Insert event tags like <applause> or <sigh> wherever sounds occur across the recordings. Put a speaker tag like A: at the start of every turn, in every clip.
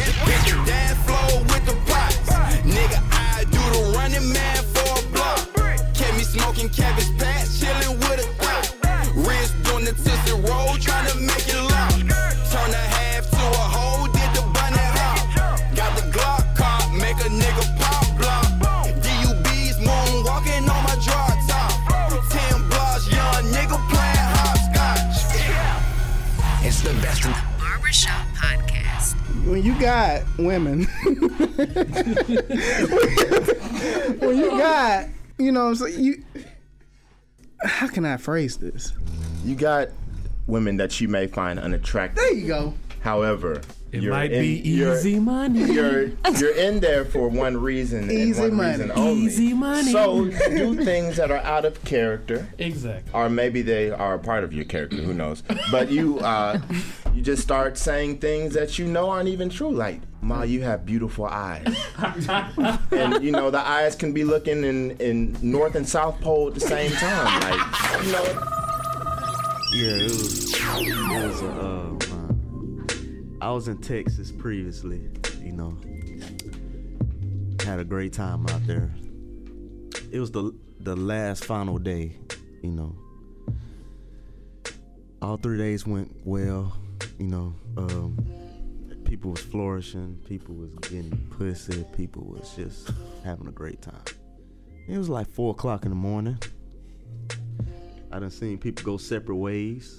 A: Hit the dance floor with the pots. Nigga, I do the running man for a block. Kept me smoking cabbage patch, chilling with a thot. Wrist doing the tissy roll, trying to make it loud. Turn a half to a whole, did the bunny hop. Got the Glock cop, make a nigga pop block. DUBs moonwalking on my drop top. Ten blocks, young nigga playing hopscotch. It's the best.
B: Barbershop Podcast.
C: when you got women, <laughs> when you got, you know, what I'm saying you. How can I phrase this?
D: You got women that you may find unattractive.
C: There you go.
D: However,
E: It
D: you're
E: might
D: in-
E: be
D: you're-
E: easy money.
D: <laughs> You're you're in there for one reason
C: Easy
D: and one
C: money.
D: reason only.
E: Easy money.
D: So do things that are out of character.
E: Exactly.
D: or maybe they are a part of your character. Who knows? But you, uh, you just start saying things that you know aren't even true. Like, Ma, you have beautiful eyes, and you know the eyes can be looking in, in North and South Pole at the same time. Like, you know,
F: Yeah, it was. It was a, uh, I was in Texas previously, you know. Had a great time out there. It was the the last final day, you know. All three days went well, you know. Um, people was flourishing, people was getting pussy, people was just having a great time. It was like four o'clock in the morning. I done seen people go separate
C: <laughs>
F: ways.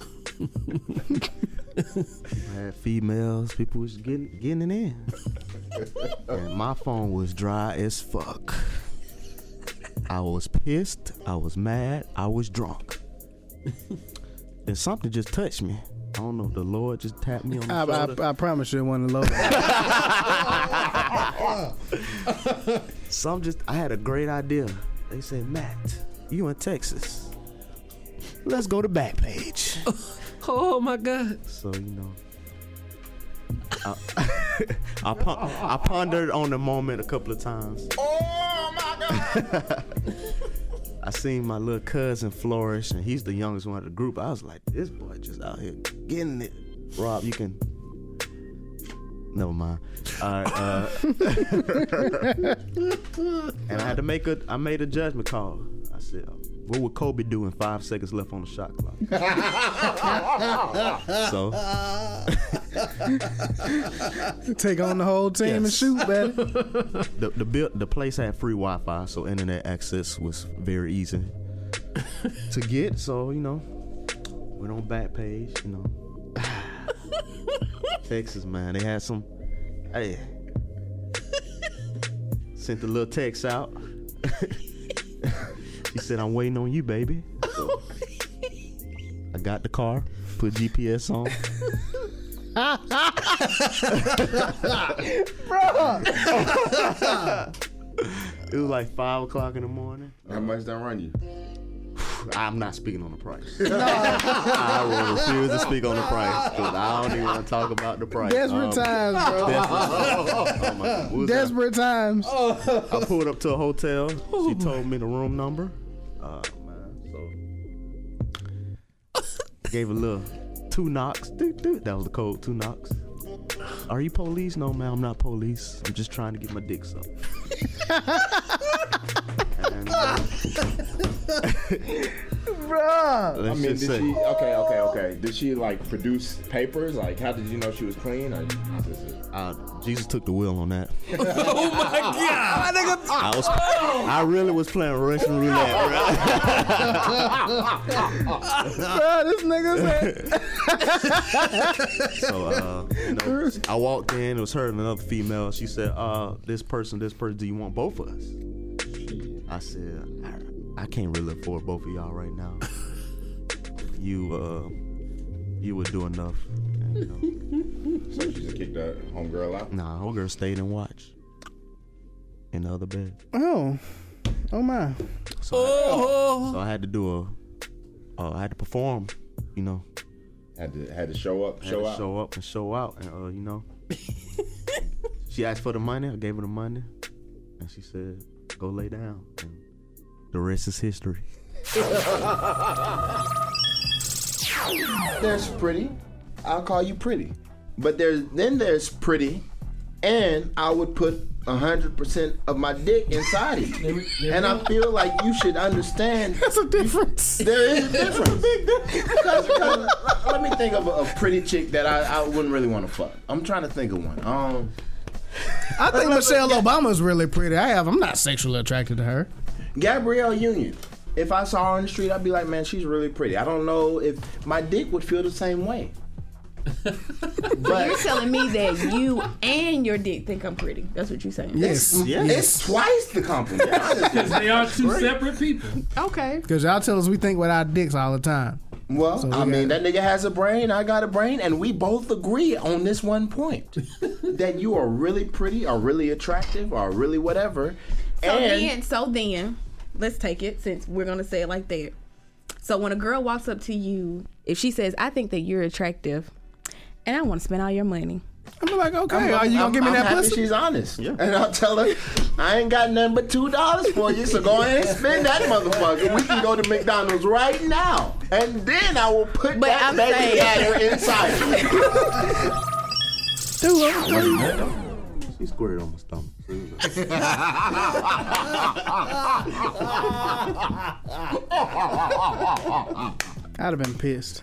F: I had females, people was getting getting it in. and my phone was dry as fuck. I was pissed, I was mad, I was drunk. and something just touched me. I don't know if the Lord just tapped me on the
C: I,
F: shoulder.
C: I, I promise you, it wasn't a low.
F: Some just I had a great idea. They said, Matt, you in Texas. Let's go to Backpage.
E: <laughs> Oh my God.
F: So you know, <laughs> I, I, pon- I pondered on the moment a couple of times.
A: Oh my god.
F: <laughs> I seen my little cousin flourish, and he's the youngest one of the group. I was like, this boy just out here getting it. Rob, you can. Never mind. All right, uh, and I had to make a. I made a judgment call. I said, what would Kobe do in five seconds left on the shot clock? so
C: Take on the whole team and
F: Yes.
C: shoot, baby.
F: the the build, the place had free Wi-Fi, so internet access was very easy to get. So you know, went on Backpage. You know, Texas man, they had some. Hey, sent a little text out. <laughs> she said, "I'm waiting on you, baby." So, I got the car, put GPS on. It was like five o'clock in the morning.
G: How much that run you?
F: I'm not speaking on the
C: <laughs>
F: price. I will refuse to speak on the price because I don't even want to talk about the price.
C: Desperate
F: Um,
C: times, bro.
F: Desperate. <laughs> oh my God. What was that?
C: Desperate times.
F: I pulled up to a hotel.
G: Oh,
F: She told me the room number. Uh, man, so gave a little two knocks. Doot, doot. That was the code. Two knocks. Are you police? No, man. I'm not police. I'm just trying to get my dick sucked. And, uh,
G: I mean,
F: let's
G: did
F: just say-
G: she? Okay, okay, okay. Did she like produce papers? Like, how did you know she was clean? Or this is-
F: Uh, Jesus took the wheel on that. <laughs> oh my
G: <laughs>
F: god! I, was, I really was playing Russian roulette. bro.
C: Bro, this nigga said,
F: So uh, you know, I walked in. It was her and another female. She said, "Uh, this person, this person. Do you want both of us?" I said, "I, I can't really afford both of y'all right now. <laughs> You uh, you would do enough." And, you know,
G: So she just kicked that homegirl out.
F: <laughs> nah, whole girl stayed and watched in the other bed.
C: <laughs> "Oh, oh my,
F: So, I, so I had to do a, uh, I had to perform, you know,
G: Had to had to show up,
F: I had
G: show
F: to
G: out.
F: show up and show out, and uh, you know, she asked for the money. I gave her the money, and she said, "Go lay down." And the rest is history.
D: there's pretty. I'll call you pretty. But there's then there's pretty, and I would put hundred percent of my dick inside it. And I feel like you should understand
C: That's a difference.
G: <laughs>
D: there is a difference. Because- because- let me think of a, a pretty chick that I, I wouldn't really want to fuck. I'm trying to think of one. Um,
C: I think Michelle Obama's really pretty. I have. I'm not sexually attracted to her.
D: Gabrielle Union. If I saw her on the street, I'd be like, man, she's really pretty. I don't know if my dick would feel the same way.
H: You're telling me that you and your dick think I'm pretty. That's what you're saying.
C: Yes.
D: It's twice the
C: <laughs>
D: compliment.
I: Because they are two separate people.
H: Okay.
C: Because y'all tell us we think with our dicks all the time.
D: well,
C: we
D: I mean, that nigga has a brain, I got a brain, and we both agree on this one
C: <laughs>
D: point that you are really pretty, or really attractive, or really whatever.
H: So
D: and
H: then, so then, let's take it since we're gonna say it like that. So when a girl walks up to you, if she says, "I think that you're attractive," and I want to spend all your money,
C: I'm like, okay,
D: I'm-
C: are you gonna
D: I'm-
C: give me
D: I'm
C: that
D: happy
C: pussy?
D: She's honest, and I'll tell her I ain't got nothing but two dollars for you, so go ahead and spend that motherfucker. We can go to McDonald's right now, and then I will put
H: But
D: that
H: I'm
D: baby
H: saying-
D: batter
H: <laughs>
D: inside. you. <laughs>
F: She squirted on my stomach.
C: I'd have been pissed.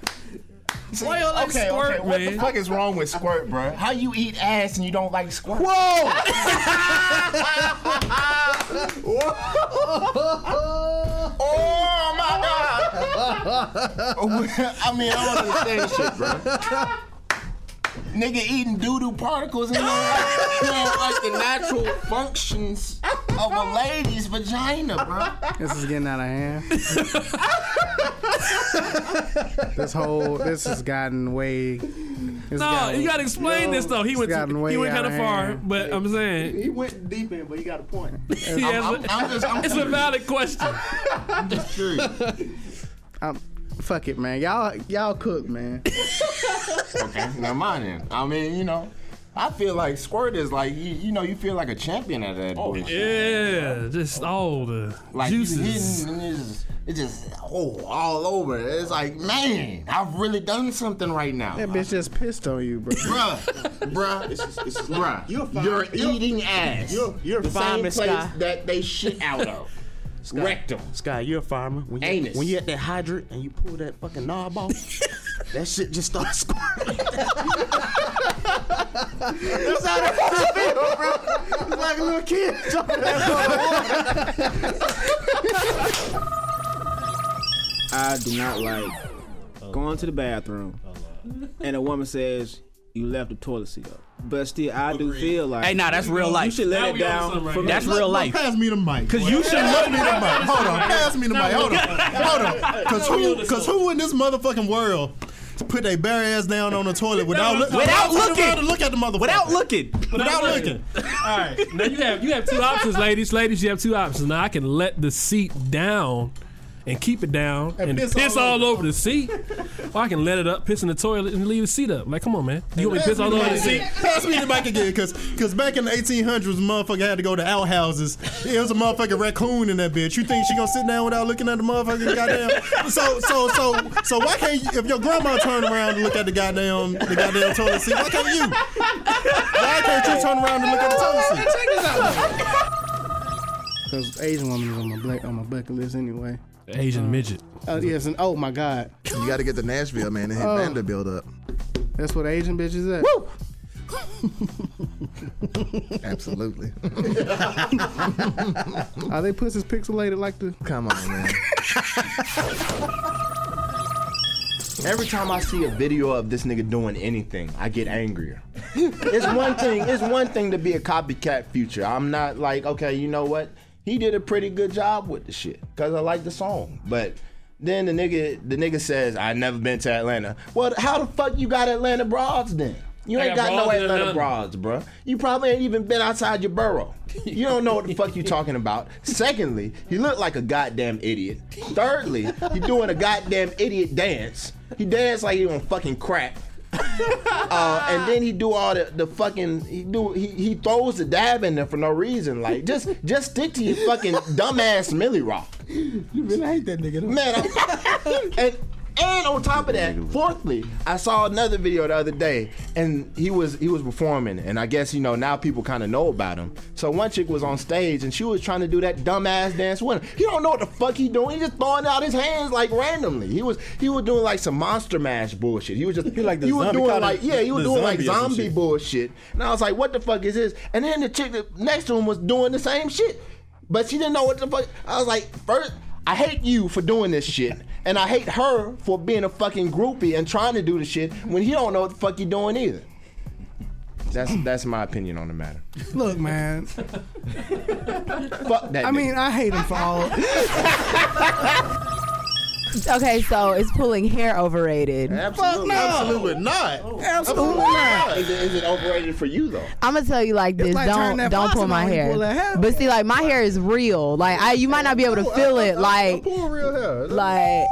D: <laughs> okay, okay, what the fuck is wrong with squirt, bro? How you eat ass and you don't like squirt? <laughs> Oh my god! <laughs> I mean, I don't understand shit, bro. Nigga eating doo-doo particles and you don't like, you don't like the natural functions of a lady's vagina, bro.
C: This is getting out of <laughs> hand. this whole this has gotten way. it's
I: No,
C: gotten-
I: you gotta explain this though. He went
C: gotten
I: to,
C: way
I: he went
C: out
I: kind of
C: of
I: far,
C: hand.
I: but I'm saying
F: He went deep in, but he got a point.
I: he has
D: I'm,
I: a-
D: I'm just, I'm
I: it's a valid
D: <laughs>
I: question.
D: curious.
C: I'm, fuck it, man. Y'all y'all cook, man.
D: Okay, now mine then. I mean, you know, I feel like squirt is like you, you know, you feel like a champion at that
F: Oh,
D: bullshit.
I: Yeah, just all the
D: like
I: juices.
D: you hitting and it's just, it's just oh all over. It's like man, I've really done something right now.
C: That bitch just pissed on you, bro.
D: Bruh, bruh, bruh,
F: you're fine.
D: you're
F: You're-
D: eating ass.
F: you're- you're
D: the
F: fine,
D: same
F: Miss
D: place
F: Guy.
D: that they shit out of. Rectum.
F: Sky, you're a farmer. When you,
D: Anus.
F: When you at that hydrant and you pull that fucking knob off, that shit just starts squirting. That's how that shit feel, bro. It's like a little kid. jumping out of the water.
J: I do not like going to the bathroom and a woman says you left the toilet seat up. But still, I do feel like
K: Hey, nah, that's real
J: you
K: life.
J: should
I: Now
J: let it
I: we on something
J: down.
I: right
J: for
I: now.
J: me. that's real life.
F: Pass me the mic.
K: Cause you should look.
F: me the mic. <laughs> Hold on. Pass me the mic. Hold on. Hold on. Cause who? Cause who in this motherfucking world? Put their bare ass down on the toilet without, look-
K: Without
F: turning
K: looking.
F: around to look at the motherfucker.
K: Without looking.
F: Without looking.
I: <laughs> All right. Now you have you have two options, ladies. Ladies, you have two options. Now I can let the seat down and keep it down and, piss, all, over. the seat, or I can let it up, piss in the toilet, and leave the seat up. Like, come on, man. You want me to piss all over the seat?
F: Pass me the mic again, cause, cause back in the 1800s, motherfucker had to go to outhouses. It was a motherfucking raccoon in that bitch. You think she gonna sit down without looking at the motherfucking goddamn? So, so, so, so why can't you, if your grandma turned around and look at the goddamn, the goddamn toilet seat? Why can't you? Why can't you turn around and look at the toilet seat?
C: Because Asian woman is on my black on my bucket list anyway.
I: Asian midget.
C: Uh, yes, and oh my god, Oh.
L: You got to get the Nashville man and hit Vanderbilt up.
C: that's what Asian bitches at. <laughs>
L: Absolutely.
C: Are they pussies pixelated like the?
L: Come on, man.
D: Every time I see a video of this nigga doing anything, I get angrier. it's one thing. It's one thing to be a copycat future. I'm not like, okay, you know what? He did a pretty good job with the shit because I like the song. But then the nigga, the nigga says, I never been to Atlanta. Well, how the fuck you got Atlanta broads then? You
I: I
D: ain't
I: got
D: got, no
I: broads in
D: Atlanta
I: Atlanta.
D: broads, bruh. You probably ain't even been outside your borough. You don't know what the fuck you talking about. Secondly, you look like a goddamn idiot. Thirdly, you doing a goddamn idiot dance. He dance like he on fucking crack <laughs> uh, and then he do all the, the fucking he do he, he throws the dab in there for no reason. Like just just stick to your fucking dumbass Millie Rock,
F: You really hate that nigga.
D: man. I- and And on top of that, fourthly, I saw another video the other day, and he was he was performing, and I guess you know now people kind of know about him. So one chick was on stage, and she was trying to do that dumbass dance with him. He don't know what the fuck he doing. He just throwing out his hands like randomly. He was he was doing like some monster mash bullshit. He was just he like
K: the
D: he was
K: zombie
D: doing
K: kinda-
D: like yeah he was
K: the
D: doing like
K: zombie or some
D: zombie
K: shit.
D: bullshit, and I was like, what the fuck is this? And then the chick that next to him was doing the same shit, but she didn't know what the fuck. I was like, first. I hate you for doing this shit, and I hate her for being a fucking groupie and trying to do the shit when he don't know what the fuck you doing either. That's that's my opinion on the matter.
C: Look, man.
D: Fuck that.
C: I mean, I hate him for all.
M: Okay, so is pulling hair overrated?
D: Absolutely,
M: no.
D: absolutely not.
M: Absolutely not.
D: Is it, is it overrated for you though?
M: I'm gonna tell you like
D: It's
M: this.
D: like turning
M: don't
D: that
M: don't pull
D: faucet
M: my
D: on when you
M: hair.
D: pull that hair.
M: But see, like my hair is real. Like I, you might not be able to feel it. Like
L: real hair.
M: like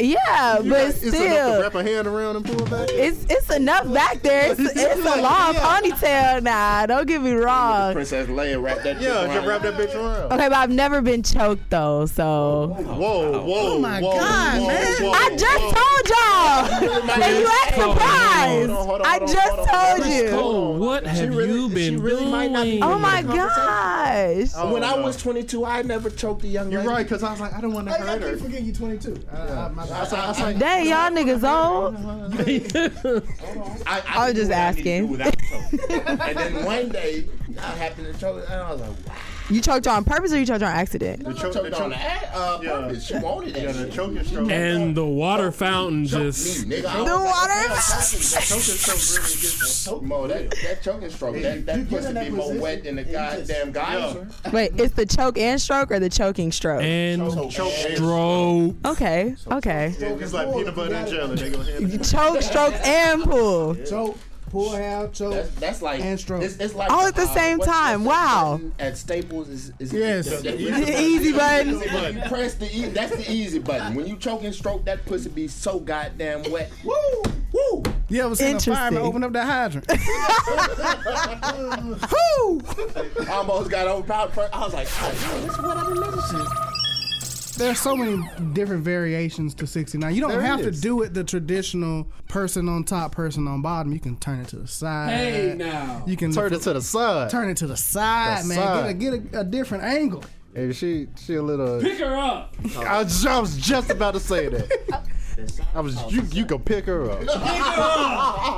M: yeah,
L: You got-
M: but
L: it's enough to
M: still.
L: wrap a hand around and pull it back.
M: It's it's enough back there. It's, it's a long ponytail now. Don't get me wrong.
D: Princess Leia wrapped that.
L: Yeah, just wrap that bitch around.
M: Okay, but I've never been choked though, so.
L: Whoa, whoa, whoa, whoa, whoa.
M: I just told y'all that you act surprised. I just told you.
I: Cole, what have you been doing?
M: Oh my gosh!
D: when I was 22, I never choked a young You're right, because I was like, I don't want to hurt her.
C: forget you 22.
M: Dang, y'all niggas old.
D: I,
M: I was just
D: and
M: asking.
D: then one day, I happened to choke, and I was like, wow.
M: You choked on purpose or you choked on accident?
D: I choked on the ass, uh, purpose. She wanted that shit.
I: And the water fountain just.
D: Nigga, I
I: The
D: was like,
M: water-
D: "Damn, That choking stroke <laughs> really gets Mo, that, that choking stroke, that, that pussy be more wet than the goddamn geyser.
M: Wait, it's the choke and stroke or the choking stroke?
I: And stroke.
M: Okay, okay.
L: It's like peanut butter and jelly. They go hand.
M: Choke, stroke, and pull.
C: Choke, pull out, choke.
D: That's, that's like and stroke. It's, it's like
M: All at the
D: uh,
M: same
D: what's the
M: time.
D: thing
M: Wow.
D: button At Staples is, is
M: Yes.
D: the- <laughs> the
M: The easy button.
D: Easy button. You press the e- that's the easy button. When you choke and stroke, that pussy be so goddamn wet. Woo, woo.
C: You ever seen a fireman open up that hydrant?
L: <laughs>
C: Whoo!
D: Almost got overpowered. first. I was like, oh, that's what I remember. seeing."
C: There's so many different variations to 69. You don't
D: There
C: have
D: is.
C: to do it the traditional person on top, person on bottom. You can turn it to the side.
L: Hey,
C: now. You can
L: Turn it to the side.
C: Turn it to the side,
L: The
C: man.
L: side.
C: Get, a, get a, a different angle.
L: Hey, she she a little.
I: her up.
L: I was, I was just about to say that. I was you you can pick her up.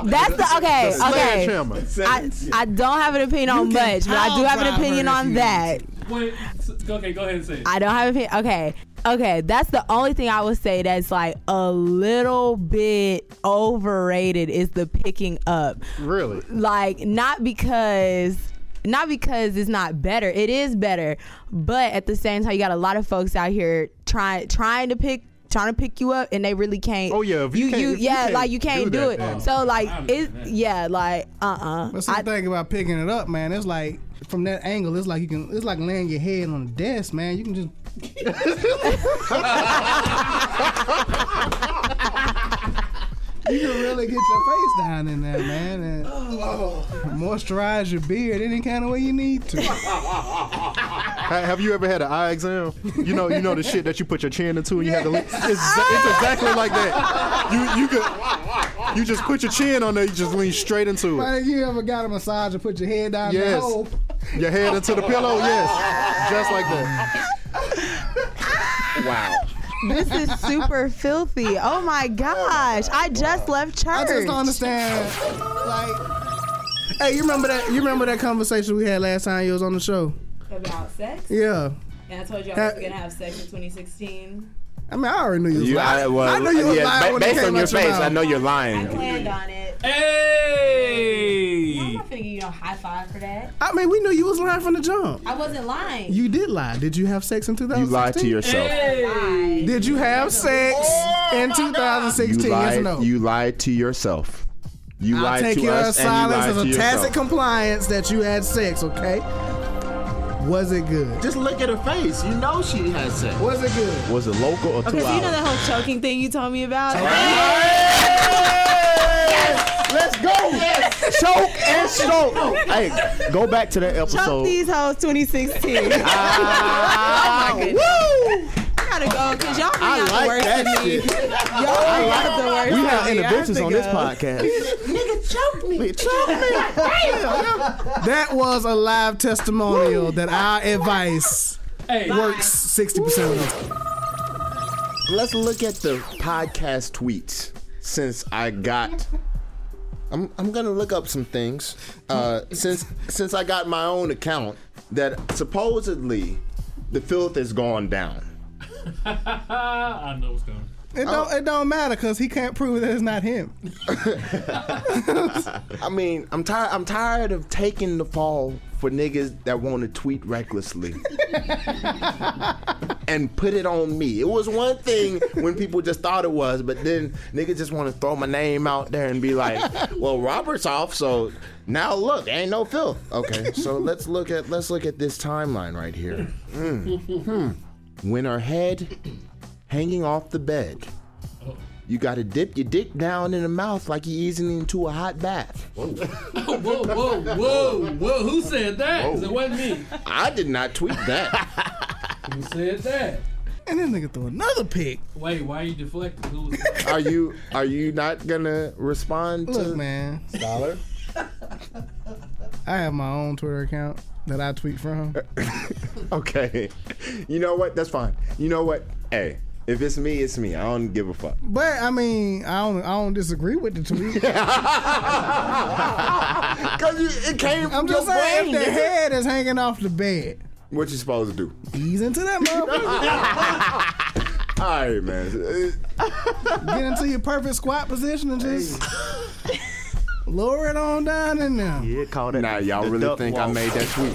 M: That's the okay.
L: The
M: okay.
L: sledgehammer.
M: I, I don't have an opinion on
I: You can
M: much, but I do have an
I: pile drive
M: opinion
I: her if
M: on
I: you
M: that.
I: Wait, s- okay, go ahead and say it.
M: I don't have an opinion. Okay. Okay, that's the only thing I would say that's like a little bit overrated is the picking up.
L: Really?
M: Like not because not because it's not better. It is better. But at the same time you got a lot of folks out here trying trying to pick trying to pick you up and they really can't. Oh
L: yeah, if you can't- if you
M: yeah,
L: can't
M: like you
L: do
M: can't do,
L: that,
M: it.
L: then-
M: So like it yeah, like uh uh
C: But see, the thing about picking it up, man, it's like from that angle, it's like you can, it's like laying your head on the desk, man. You can just. <laughs> you can really get your face down in there, man, and moisturize your beard any kind of way you need to.
L: Ha- Have you ever had an eye exam? You know, you know the shit that you put your chin into and you have to. Lean. It's, exa- it's exactly like that. You you could, you just put your chin on there. You just lean straight into it.
C: Like, you ever got a massage and put your head down the
L: Yes.
C: hole?
L: Your head into the pillow. Yes, just like that.
D: Wow.
M: this is super filthy. Oh my gosh. I just left church.
C: I just don't understand. Like, hey, you remember that? You remember that conversation we had last time you was on the show?
N: About sex?
C: Yeah.
N: And I told you I
C: That-
N: was going to have sex in 2016.
C: I mean, I already knew you was
D: You-
C: lying.
D: I- well,
C: I knew you was
D: yeah,
C: lying
D: ba-
C: when it
D: based
C: came
D: on your
C: out your
D: face,
C: mouth.
D: I know you're
N: I
D: lying.
N: planned on it. I'm
I: Hey!
N: not finna give you no high five for that.
C: I mean, we knew you was lying from the jump.
N: I wasn't lying.
C: You did lie. Did you have sex in 2016?
D: lied to yourself.
C: Did you have sex in 2016?
D: You
C: Yes
D: lied,
C: or no?
D: you lied to yourself. You
C: I'll
D: lied
C: take
D: to
C: your
D: us
C: silence
D: and you lied to
C: as a
D: yourself.
C: tacit compliance that you had sex, okay? Was it good?
D: Just look at her face. You know she had sex.
C: Was it good?
D: Was it local or
N: Okay,
D: two
N: so you know
D: hours?
N: that whole choking thing you told me about?
D: Let's go! Choke and stroke. hey, go back to that
M: Chunk
D: episode.
M: these hoes 2016.
D: Ah,
M: oh my goodness.
D: Woo!
N: gotta go because y'all be out
F: I
N: Oh the
F: like
N: worst
F: that
N: of me.
F: shit.
N: Y'all
F: I
N: be
F: like-
N: out the worst.
F: we
N: of
F: have
N: me. I
F: interventions
N: have
F: on
N: to
F: this
N: go.
F: podcast.
N: <laughs> Nigga, choke me, choke me.
C: That was a live testimonial that our advice works sixty percent of the time.
D: Let's look at the podcast tweets since I got. I'm, I'm gonna look up some things uh, since since I got my own account that supposedly the filth has gone down.
I: <laughs> I know what's going.
C: It don't it don't matter because he can't prove that it's not him.
D: I mean, I'm tired. I'm tired of taking the fall for niggas that want to tweet recklessly and put it on me. It was one thing when people just thought it was, but then niggas just want to throw my name out there and be like, "Well, Robert's off, so now look, ain't no filth." Okay, so let's look at let's look at this timeline right here. Mm. Hmm. When her head hanging off the bed. You gotta dip your dick down in the mouth like you're easing into a hot bath.
I: whoa, whoa, whoa, whoa! Who said that? 'Cause It wasn't me.
D: I did not tweet that.
I: Who said that?
C: And then nigga threw another pic.
I: Wait, why are you deflecting? Who was
D: <laughs> are you are you not gonna respond to
C: Look, man.
D: Scholar?
C: I have my own Twitter account that I tweet from.
D: Okay. You know what? That's fine. You know what? Hey, if it's me, it's me. I don't give a fuck.
C: But I mean, I don't I don't disagree with the
D: <laughs>
C: tweet.
D: Cause it came
C: I'm
D: from
C: just
D: your
C: saying
D: brain,
C: if the
D: nigga.
C: head is hanging off the bed.
D: What you supposed to do?
C: Ease into that motherfucker.
D: All right, man.
C: Get into your perfect squat position and just <laughs> lower it on down in there.
D: Yeah, call that. Nah, y'all
C: the
D: really
C: duck
D: think I
C: walk.
D: made that tweet?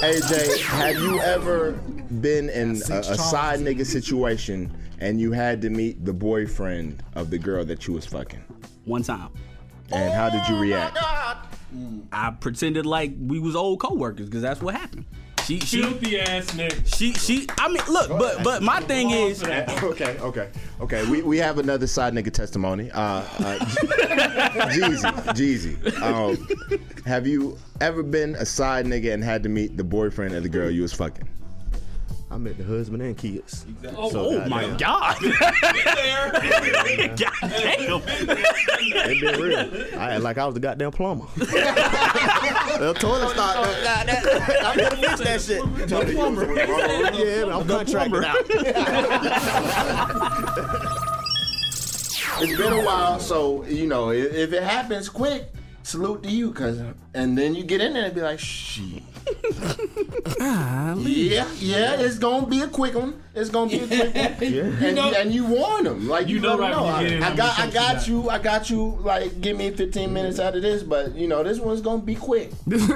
D: AJ, have you ever been in a, a side nigga situation and you had to meet the boyfriend of the girl that you was fucking?
K: One time.
D: And how did you
F: Oh
D: react?
K: I pretended like we was old coworkers because that's what happened. She, she,
I: Filthy ass nigga.
K: she, she. I mean, look, but but my thing is,
D: okay, okay, okay. We, we have another side nigga testimony. Uh, uh, Jeezy, Jeezy. Um, have you ever been a side nigga and had to meet the boyfriend of the girl you was fucking?
F: I met the husband and kids.
K: Oh, oh my
F: goddamn.
K: god! <laughs> god damn!
F: It been real. I act like I was the goddamn plumber. <laughs> the toilet stop. I'm gonna fix that shit. Yeah, man, I'm contracted out.
D: It's been a while, so you know i- if it happens quick, salute to you, cousin. And then you get in there and be like,
G: <laughs>
D: shit. yeah, yeah, it's gonna be a quick one. It's gonna be a quick one. And, you and you warn them, like you,
G: You know
D: let 'em
G: right when you get in,
D: know. I, I
G: I'm
D: got,
G: gonna
D: I
G: shoot you
D: got you, I got you. Like, give me 15 minutes out of this, but you know this one's gonna be quick because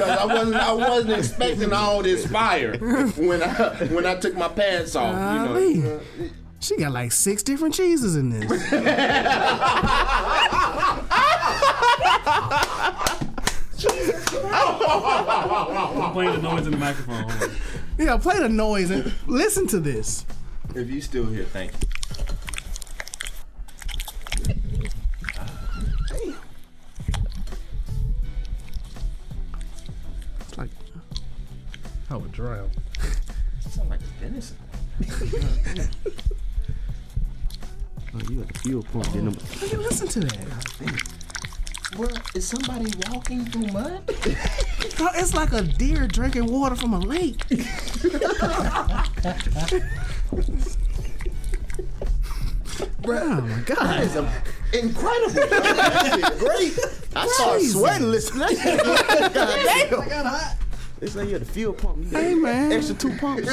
D: I wasn't, I wasn't expecting all this fire when I when I took my pants off. You know.
C: Golly. She got like six different cheeses in this.
I: Playing the noise in the microphone.
C: Yeah, play the noise and listen to this.
D: If you still here, thank you.
C: It's like I would drown.
D: Sound like a venison.
F: Oh, you got the fuel pump. didn't it?
C: Look at- listen to that.
D: Well, is somebody walking through
C: <laughs>
D: mud?
C: Bro, it's like a deer drinking water from a lake. <laughs> Bro, oh my
D: That
C: god.
D: is a- incredible. bro.
C: <laughs>
D: That shit great. I started
C: Crazy.
D: sweating listening.
C: <laughs>
F: It's like you got the fuel pump. You got
C: Hey, man.
F: Extra two pumps.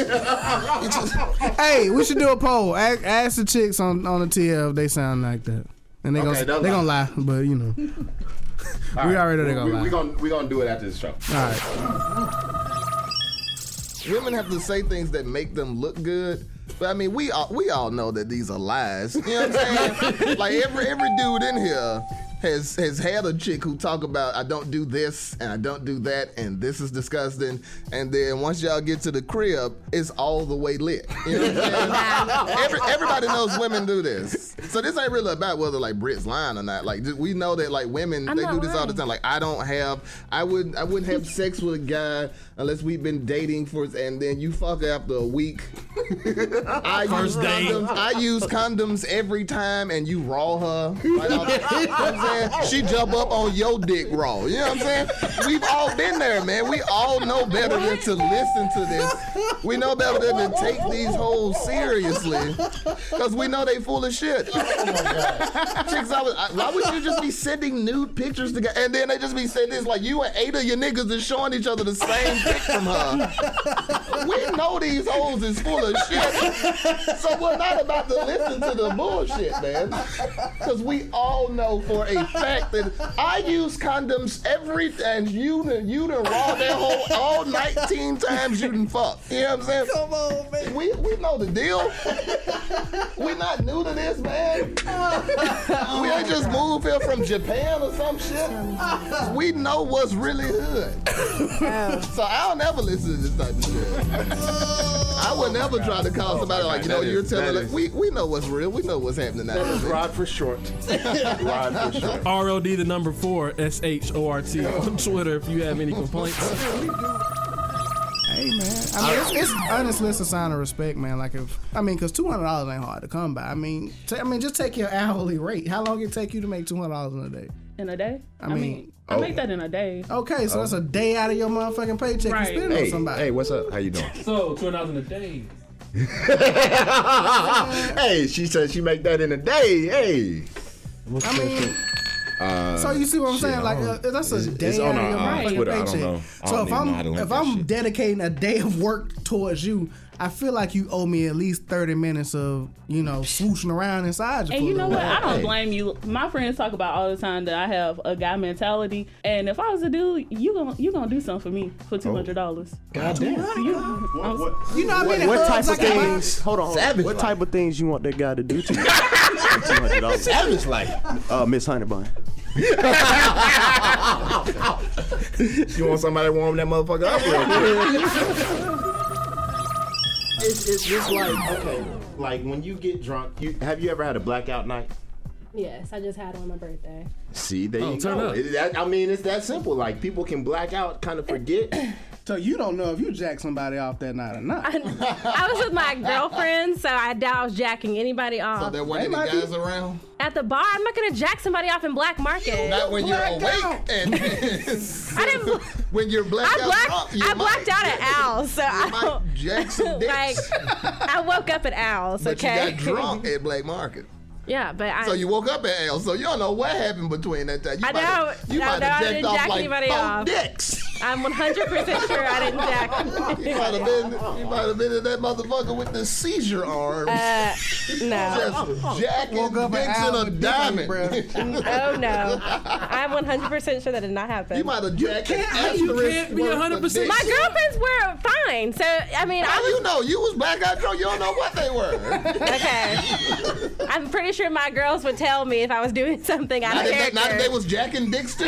C: hey, we should do a poll. Ask, ask the chicks on, on the TL if they sound like that. And they
D: Okay,
C: gonna,
D: they'll
C: they
D: lie.
C: gonna lie, but you know.
D: <laughs> All
C: We already know they gonna
D: we,
C: lie.
D: we gonna we gonna do it after this show.
C: All right.
O: Women have to say things that make them look good. But I mean, we
P: <laughs>
O: all we all know that these are lies. You know what I'm saying? like every every dude in here has has had a chick who talk about I don't do this and I don't do that and this is disgusting, and then once y'all get to the crib, it's all the way lit. You
P: <laughs>
O: know what I'm saying? Every, everybody knows women do this, so this ain't really about whether like Brit's lying or not. Like just- we know that like women
P: I'm
O: they
P: not
O: do this all the
P: lying.
O: time. Like I don't have I would I wouldn't have sex with a guy unless we've been dating for and then you fuck after a week. I
P: First
O: use
P: date.
O: condoms. I use condoms every time, and you raw her. Like, I'm- you know what I'm saying? She jump up on your dick raw. You know what I'm saying? We've all been there, man. We all know better than to listen to this. We know better than to take these hoes seriously, cause we know they full of shit. Chicks, I was, I, why would you just be sending nude pictures to guys? And then they just be sending this like you and eight of your niggas is showing each other the same pic from her. we know these hoes is full of shit. So we're not about to listen to the bullshit, man. Because we all know for a fact that I use condoms every and you done, you done raw that whole all 19 times you done fuck. You know what I'm saying? Come on, man. We, we know the deal. We're not new to this, man. we ain't just moved here from Japan or some shit. We know what's really hood. so I'll never listen to this type of shit. I would never try to call somebody like, you know,
D: Oh, That
O: you're
D: is-
O: telling
D: that
O: us,
D: is-
O: we, we know what's real. We know what's happening now.
D: That is Rod for short. Rod for short.
I: R O D the number four S H O R T on Twitter if you have any complaints.
C: Hey man, I mean, it's, it's honestly it's a sign of respect, man. Like if I mean, because two hundred dollars ain't hard to come by. I mean, ta- I mean, just take your hourly rate. How long it take you to make two hundred dollars in a day?
Q: In a day?
C: I mean-
Q: I make that in a day.
C: Okay, so that's a day out of your motherfucking paycheck
Q: Right.
C: you spend on
D: Oh. Hey,
C: somebody.
D: hey, what's up? How you doing?
I: So two dollars in a day.
D: hey, she said she make that in a day. Hey.
C: I mean,
D: uh,
C: so you see what I'm
D: shit,
C: saying? Like
D: I
C: uh,
D: don't-
C: that's a
D: it's-
C: day
D: it's
C: out
D: on
C: of your
D: our, uh,
C: motherfucking
D: Twitter. I don't
C: paycheck.
D: know. I
C: so
D: don't
C: if
D: even know how to
C: I'm
D: link
C: if
D: that
C: I'm
D: shit.
C: dedicating a day of work towards you, I feel like you owe me at least thirty minutes of you know swooshing around inside
Q: And
C: you. for a
Q: you know what?
C: little
Q: I
C: while.
Q: don't blame you. My friends talk about all the time that I have a guy mentality, and if I was a dude, you gonna you gonna do something for me for two hundred dollars.
F: God damn.
Q: You, I'm-
C: You know
F: What, what type of things? Hold on. What type of things you want that guy to do to you?
D: <laughs>
F: Savage like uh, Miss Honeybun.
D: you want somebody to warm that motherfucker up real quick. <laughs> It's, it's just like okay, like when you get drunk, you have you ever had a blackout night?
R: Yes, I just had it on my birthday.
D: See, there
I: Oh,
D: you
I: turn
D: go.
I: up.
D: It- that- I mean, it's that simple. Like people can black out, kind of forget. <clears throat>
C: So you don't know if you jack somebody off that night or not.
R: I was with my girlfriend, so I doubt I was jacking anybody off.
O: So there wasn't any guys around?
R: At the bar, I'm not gonna jack somebody off in black market.
O: Not when you're awake
I: <laughs>
O: and
R: I didn't.
O: <laughs> when you're
R: <laughs>
O: blacked
R: I blacked.
O: out. drunk, you
R: I
O: might-
R: blacked out at Al,
O: <laughs>
R: so I
O: might
R: don't.
O: jack
R: <laughs>
O: some
R: like,
O: dicks.
R: I woke up at Al's.
O: But
R: okay.
O: you got drunk at Black Market.
R: Yeah, but I.
O: So you woke up at L, so you don't know what happened between that time. You
R: I
O: might have-
R: know.
O: You
R: I
O: might
R: know
O: have
R: I
O: jacked
R: didn't
O: off
R: jack
O: like
R: anybody
O: four
R: off. <laughs>
O: dicks.
R: I'm 100 percent sure I didn't
O: <laughs>
R: jack.
O: You might have been, you might have been in that motherfucker with the seizure arms.
R: Uh, no. <laughs>
O: Just jacking dicks in a diamond. <laughs>
R: oh no! I'm 100 percent sure that did not happen. You
O: might have jacked
I: You can't- you asterisk can't be worth of 100%
R: My
I: dicks.
R: girlfriends were fine, so I mean,
O: How
R: I was,
O: you know? You was black out drunk. You don't know what they were.
R: <laughs> okay. I'm pretty sure my girls would tell me if I was doing something out
O: Not
R: of
O: that, they,
R: character.
O: not that they was jacking
R: <laughs>
O: dicks too.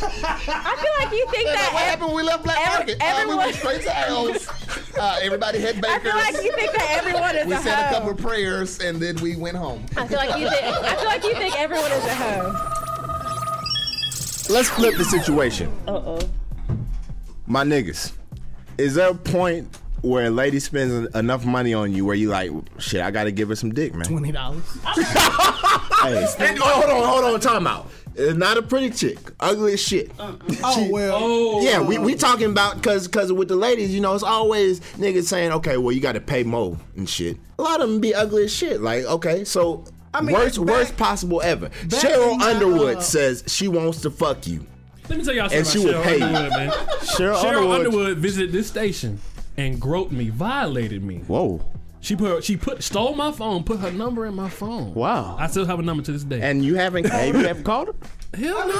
R: I feel like you think
O: That's
R: that
O: what
R: ev-
O: happened. when We left Black Market. Uh, we went straight to Al's.
R: <laughs>
O: Uh, everybody had bakers.
R: like you think that everyone is
O: We
R: a
O: said
R: hoe.
O: a couple of prayers and then we went home.
R: I feel like you think. I feel like you think everyone is a hoe.
D: Let's flip the situation.
R: Uh oh.
D: My niggas, is there a point where a lady spends en- enough money on you where you like, shit, I gotta give her some dick, man?
C: Twenty dollars.
D: hey, and- oh, hold on, hold on, time out. It's not a pretty chick, ugly as shit. <laughs>
C: Oh well.
D: Yeah, we, we talking about because because with the ladies, you know, it's always niggas saying, okay, well, you got to pay more and shit. A lot of them be ugly as shit. Like, okay, so
C: I mean,
D: worst
C: back-
D: worst possible ever.
C: back
D: Cheryl
C: in my,
D: Underwood
C: uh,
D: says she wants to fuck you.
I: Let me tell y'all
D: And
I: something
D: she
I: about
D: would
I: Cheryl
D: pay you.
I: Underwood, man.
D: Cheryl
I: Underwood.
D: Underwood-
I: visited this station and groped me, violated me.
F: Whoa.
I: She put she put stole my phone, put her number in my phone.
F: Wow.
I: I still have a number to this day.
D: And you haven't
F: Hey, you haven't called her?
I: Hell no.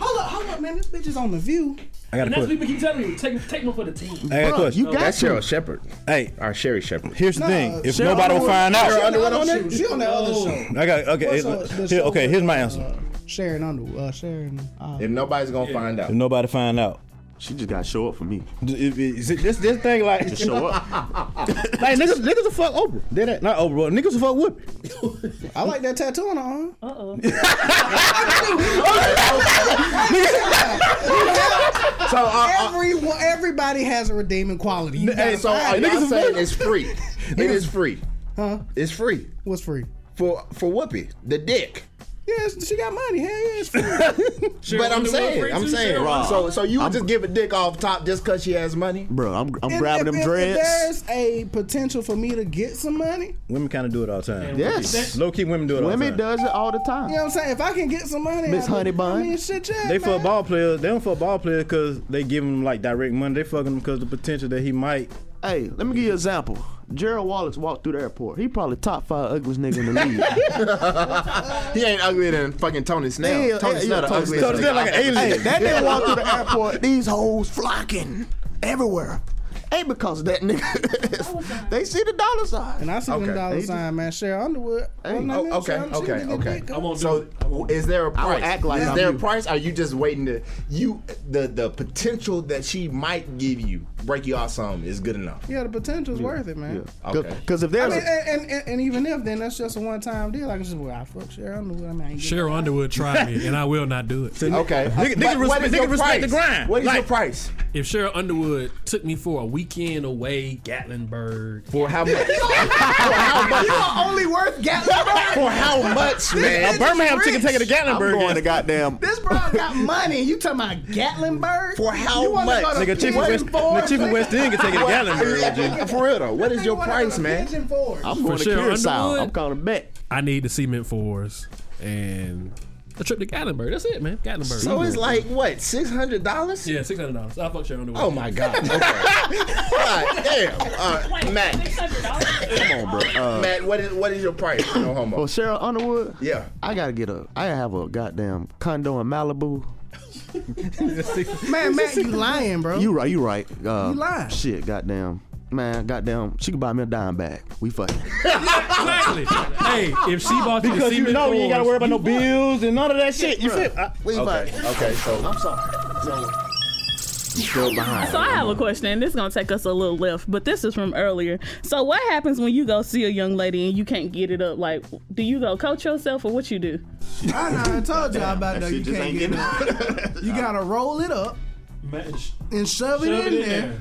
C: Hold up, hold up, man. This bitch is on the view.
D: I
I: and
D: gotta
I: that's
D: put-
I: what people keep telling me. Take take one for the team.
D: I got a question.
I: No.
D: That's Cheryl Shepard. Hey, our Sherry Shepard.
S: Here's the thing. If nobody will find out,
C: She on that other show.
D: Oh.
S: I got okay. it-
C: What's her- the
S: here-
C: show uh,
S: okay, here's my answer.
C: Sharon Underwood. Uh, Sharon. Uh,
D: If nobody's gonna find out.
P: If nobody find out.
D: She just gotta show up for me.
P: this this thing like
D: Just show up.
P: <laughs> like niggas niggas will fuck Oprah. They that not Oprah, but niggas will fuck Whoopi.
C: I like that tattoo on her arm. Uh <laughs> oh.
D: so uh,
C: everyone, everybody has a redeeming quality. You
D: Hey,
C: gotta
D: so are
C: find it.
D: y'all saying it's free? it is free.
C: Huh?
D: It's free.
C: What's free?
D: For for Whoopi, the dick.
C: Yes, she got money. Hell yeah, it's free.
D: but I'm saying, I'm saying.
C: Rob.
D: So so you would just give a dick off top just cause she has money?
P: Bro, I'm I'm
C: If-
P: grabbing
C: if-
P: them
C: if-
P: dreads.
C: If there's a potential for me to get some money,
P: Women kind of do it all the time.
C: Yes.
P: low key women do it all the
C: Women
P: time.
C: does
P: it all the
C: you know what I'm saying? If I can get some money,
P: Miss
C: I do-
P: Honey Bun.
C: I mean, shit, yeah,
P: They
C: man.
P: fuck ball players. They don't fuck ball players because they give them like direct money. They fucking them because the potential that he might.
F: Hey, let me give you an example. Gerald Wallace walked through the airport. He probably top five ugliest nigga in the
O: <laughs>
F: league.
D: he ain't uglier than fucking Tony Snell.
F: Yeah,
D: Tony
F: yeah,
D: Snell,
F: yeah,
D: the
F: Tony
D: ugliest. nigga
F: Snell. Tony Snell like
D: I've
F: an
D: ever-
F: alien. Hey, that nigga walked through the airport. These hoes flocking everywhere. Ain't because of
O: <laughs>
F: that
R: Oh,
F: nigga. they see the dollar sign.
C: And I see
F: Okay.
C: them dollar
F: They
C: sign, man. Cheryl Underwood.
D: Hey,
C: I'm not
D: oh,
C: gonna
D: okay,
C: say I'm
D: okay,
C: cheating,
D: okay.
C: nigga. Come on,
D: So, w- is there a
C: I will
D: price?
C: act like
D: is
C: I'm
D: there
C: you.
D: a price? Are you just waiting to you the the potential that she might give you break you off some is good enough?
C: Yeah, the potential's worth it, man.
D: Okay.
P: Because if
C: I mean, and, and, and, and even if then that's just a one time deal. I can just well, I fuck Cheryl Underwood. I mean, I ain't getting-
I: Cheryl Underwood tried me, and I will not do it.
D: <laughs> Okay.
I: nigga,
D: But
I: nigga,
D: what
I: respect,
D: is
I: nigga
D: your
I: respect the
D: price?
I: grind.
D: What is your price?
I: If Cheryl Underwood took me for a weekend away, Gatlinburg,
D: for how much?
C: You are only worth Gatlinburg
D: For how much, man?
C: A Birmingham ticket taken to
P: Gatlinburg. I'm going to goddamn.
C: This bro got money. You talking about Gatlinburg?
D: For how
C: You wanna
D: much?
C: go to
D: Nigga, Chief of
C: Pigeon
D: West-
C: Forge,
D: nigga, Chief of
C: nigga?
D: West End can take it to Gatlinburg, G. For real though, what is your
C: wanna go
D: price,
C: to
D: man?
C: Pigeon Forge.
D: I'm
I: for
D: going to
I: Cheryl
D: Curacao.
I: Underwood,
D: I'm
P: calling back.
I: I need the cement fours and a trip to Gatlinburg. That's it, man. Gatlinburg.
D: So it's like what, six hundred dollars?
I: Yeah, six hundred dollars. I fuck Cheryl Underwood.
D: Oh my god. Okay. God damn. Uh, Matt. Come on, bro.
F: Uh,
D: Matt, what is what is your price? No homo.
F: Well, Cheryl Underwood.
D: Yeah.
F: I gotta get a. I have a goddamn condo in Malibu.
C: Man, Matt, you lying, bro.
F: You right. You right. Uh,
C: You lying.
F: Shit. Goddamn. Man. Goddamn. She could buy me a dime bag. We fucking.
I: exactly. hey, if she bought you the
P: Because you
I: cement
P: know you ain't gotta worry
I: fours,
P: about no
I: you
P: bills and none of that shit. You
I: Bruh.
P: feel? I-
F: We
D: okay. Okay. So I'm
F: sorry.
D: still behind.
Q: So I have a question, and this is gonna take us a little left, but this is from earlier. So what happens when you go see a young lady and you can't get it up? Like, do you go coach yourself or what you do?
C: I know, I told y'all about that.
Q: shit
C: You
Q: just
C: can't
Q: ain't
C: get it. You gotta roll it up and shove
I: Shove
C: it in there.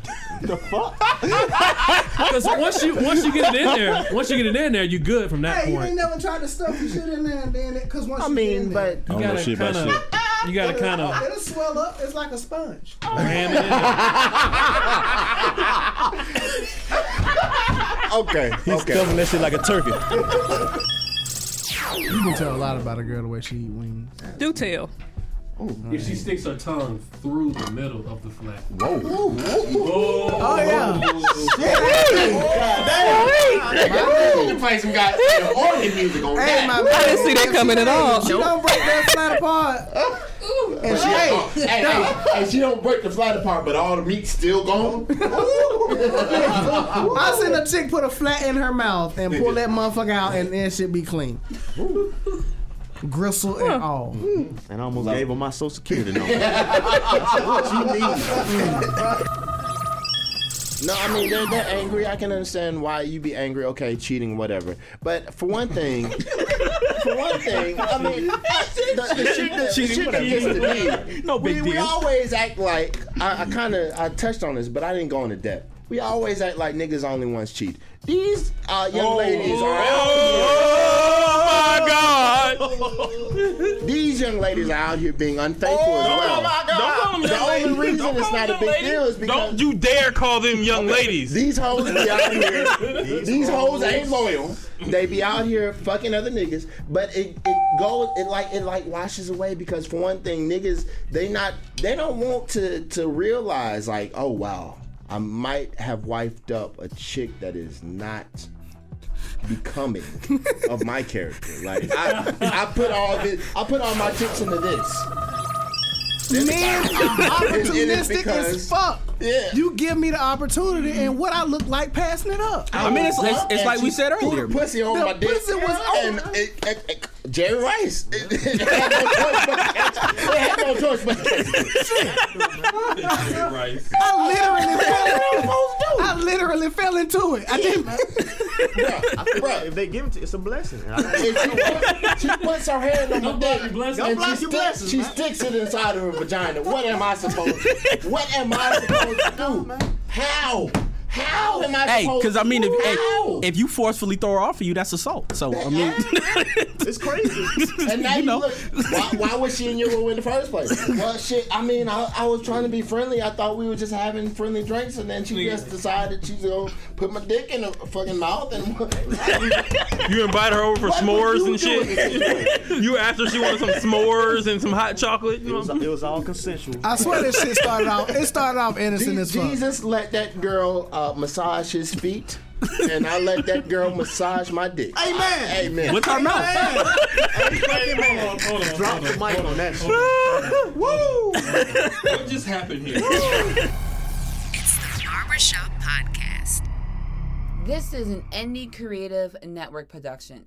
P: The fuck?
I: Because once you once you get it in there, once you get it in there, you good from that
C: Hey, you ain't
I: point.
C: never tried to stuff your shit in there and then it, cause once
D: I
C: you
D: mean,
C: get in there,
I: You gotta kind of you gotta
C: it'll-
I: kind of
C: it'll swell up. It's like a sponge.
I: ram it in there.
D: Okay.
P: He's stuffing that shit like a turkey.
C: You can tell a lot about a girl the way she eat wings.
Q: Do tell.
I: If she sticks her tongue through the middle of the flap.
D: Whoa.
C: Oh yeah.
D: You play some goddamn organ music on
C: Hey,
D: that.
C: my
D: I didn't
C: baby,
D: see that
C: if
D: coming
C: she
D: at
C: don't-
D: all.
C: if She
D: Nope.
C: don't break that slide apart.
D: And she, hey, hey, hey, hey, she don't break the flight apart, but all the meat's still gone.
C: I seen a chick put a flat in her mouth and pull that motherfucker out, and then shit be clean. Gristle and all.
F: And I almost gave her my social security number.
D: No, I mean they're, they're angry. I can understand why you be angry. Okay, cheating, whatever. But for one <laughs> thing, for one thing, I mean the, the shit that, the
A: Cheating,
D: shit that
A: whatever.
D: gets to me.
A: No
D: we,
A: big
D: We
A: deal.
D: always act like I, I kind of I touched on this, but I didn't go into depth. We always act like niggas only once cheat. These uh, young ladies are Oh, out here. my god! These young ladies are out here being unfaithful as well.
A: Don't call them
D: oh The
A: young
D: only
A: ladies.
D: reason
A: Don't
D: it's
A: call
D: not a
A: them
D: big
A: ladies.
D: deal is because
A: Don't you dare call them young ladies.
D: These hoes be out
A: <laughs>
D: here. These hoes Oh, ain't loyal. They be out here fucking other niggas, but it, it goes it like it like washes away because for one thing, niggas they not they don't want to to realize like oh wow I might have wifed up a chick that is not becoming of my character. Like I I put all this I put all my chips into this. And-
C: Men are
D: and it's
C: opportunistic
D: because-
C: as fuck.
D: Yeah.
C: You give me the opportunity and what I look like passing it up.
T: I mean, it's, it's, it's like we said
D: Threw the
T: earlier.
D: pussy on
C: The
D: my dick.
C: pussy was on-
D: And it, it, it, Jerry Rice. <laughs> It, it had no choice but to catch it. It had no choice but to catch
T: Rice.
C: I literally fell. I literally fell into it. I didn't.
F: if they give it to it's a blessing.
D: it. She puts her hand on my dick.
F: Don't
D: and she,
F: block your
D: stick-
F: blessings,
D: she
F: man.
D: sticks it inside of her vagina. What am I supposed to What am I supposed to do? How? How am I
T: Hey,
D: supposed
T: because I mean, if, hey,
D: How?
T: if you forcefully throw her off of you, that's assault. So I mean,
D: It's crazy. And now you, look, why, why was she in your room in the first place? Well, shit, I mean, I, I was trying to be friendly. I thought we were just having friendly drinks, and then she just decided she's going to put my dick in her fucking mouth. And
I: You invite her over for
D: What would
I: s'mores
D: you
I: and
D: do
I: shit. <laughs> you after she wanted some s'mores and some hot chocolate. It was,
F: all consensual.
C: I swear this shit started out. It started off innocent as fuck.
D: Jesus let that girl uh, massage his
I: <laughs>
D: feet, and I let that girl massage my dick. Amen. Amen.
T: With her mouth.
F: Drop the mic on that shit.
D: Woo!
I: what just happened here?
A: It's the Barbershop Podcast.
M: This is an Indie Creative Network production.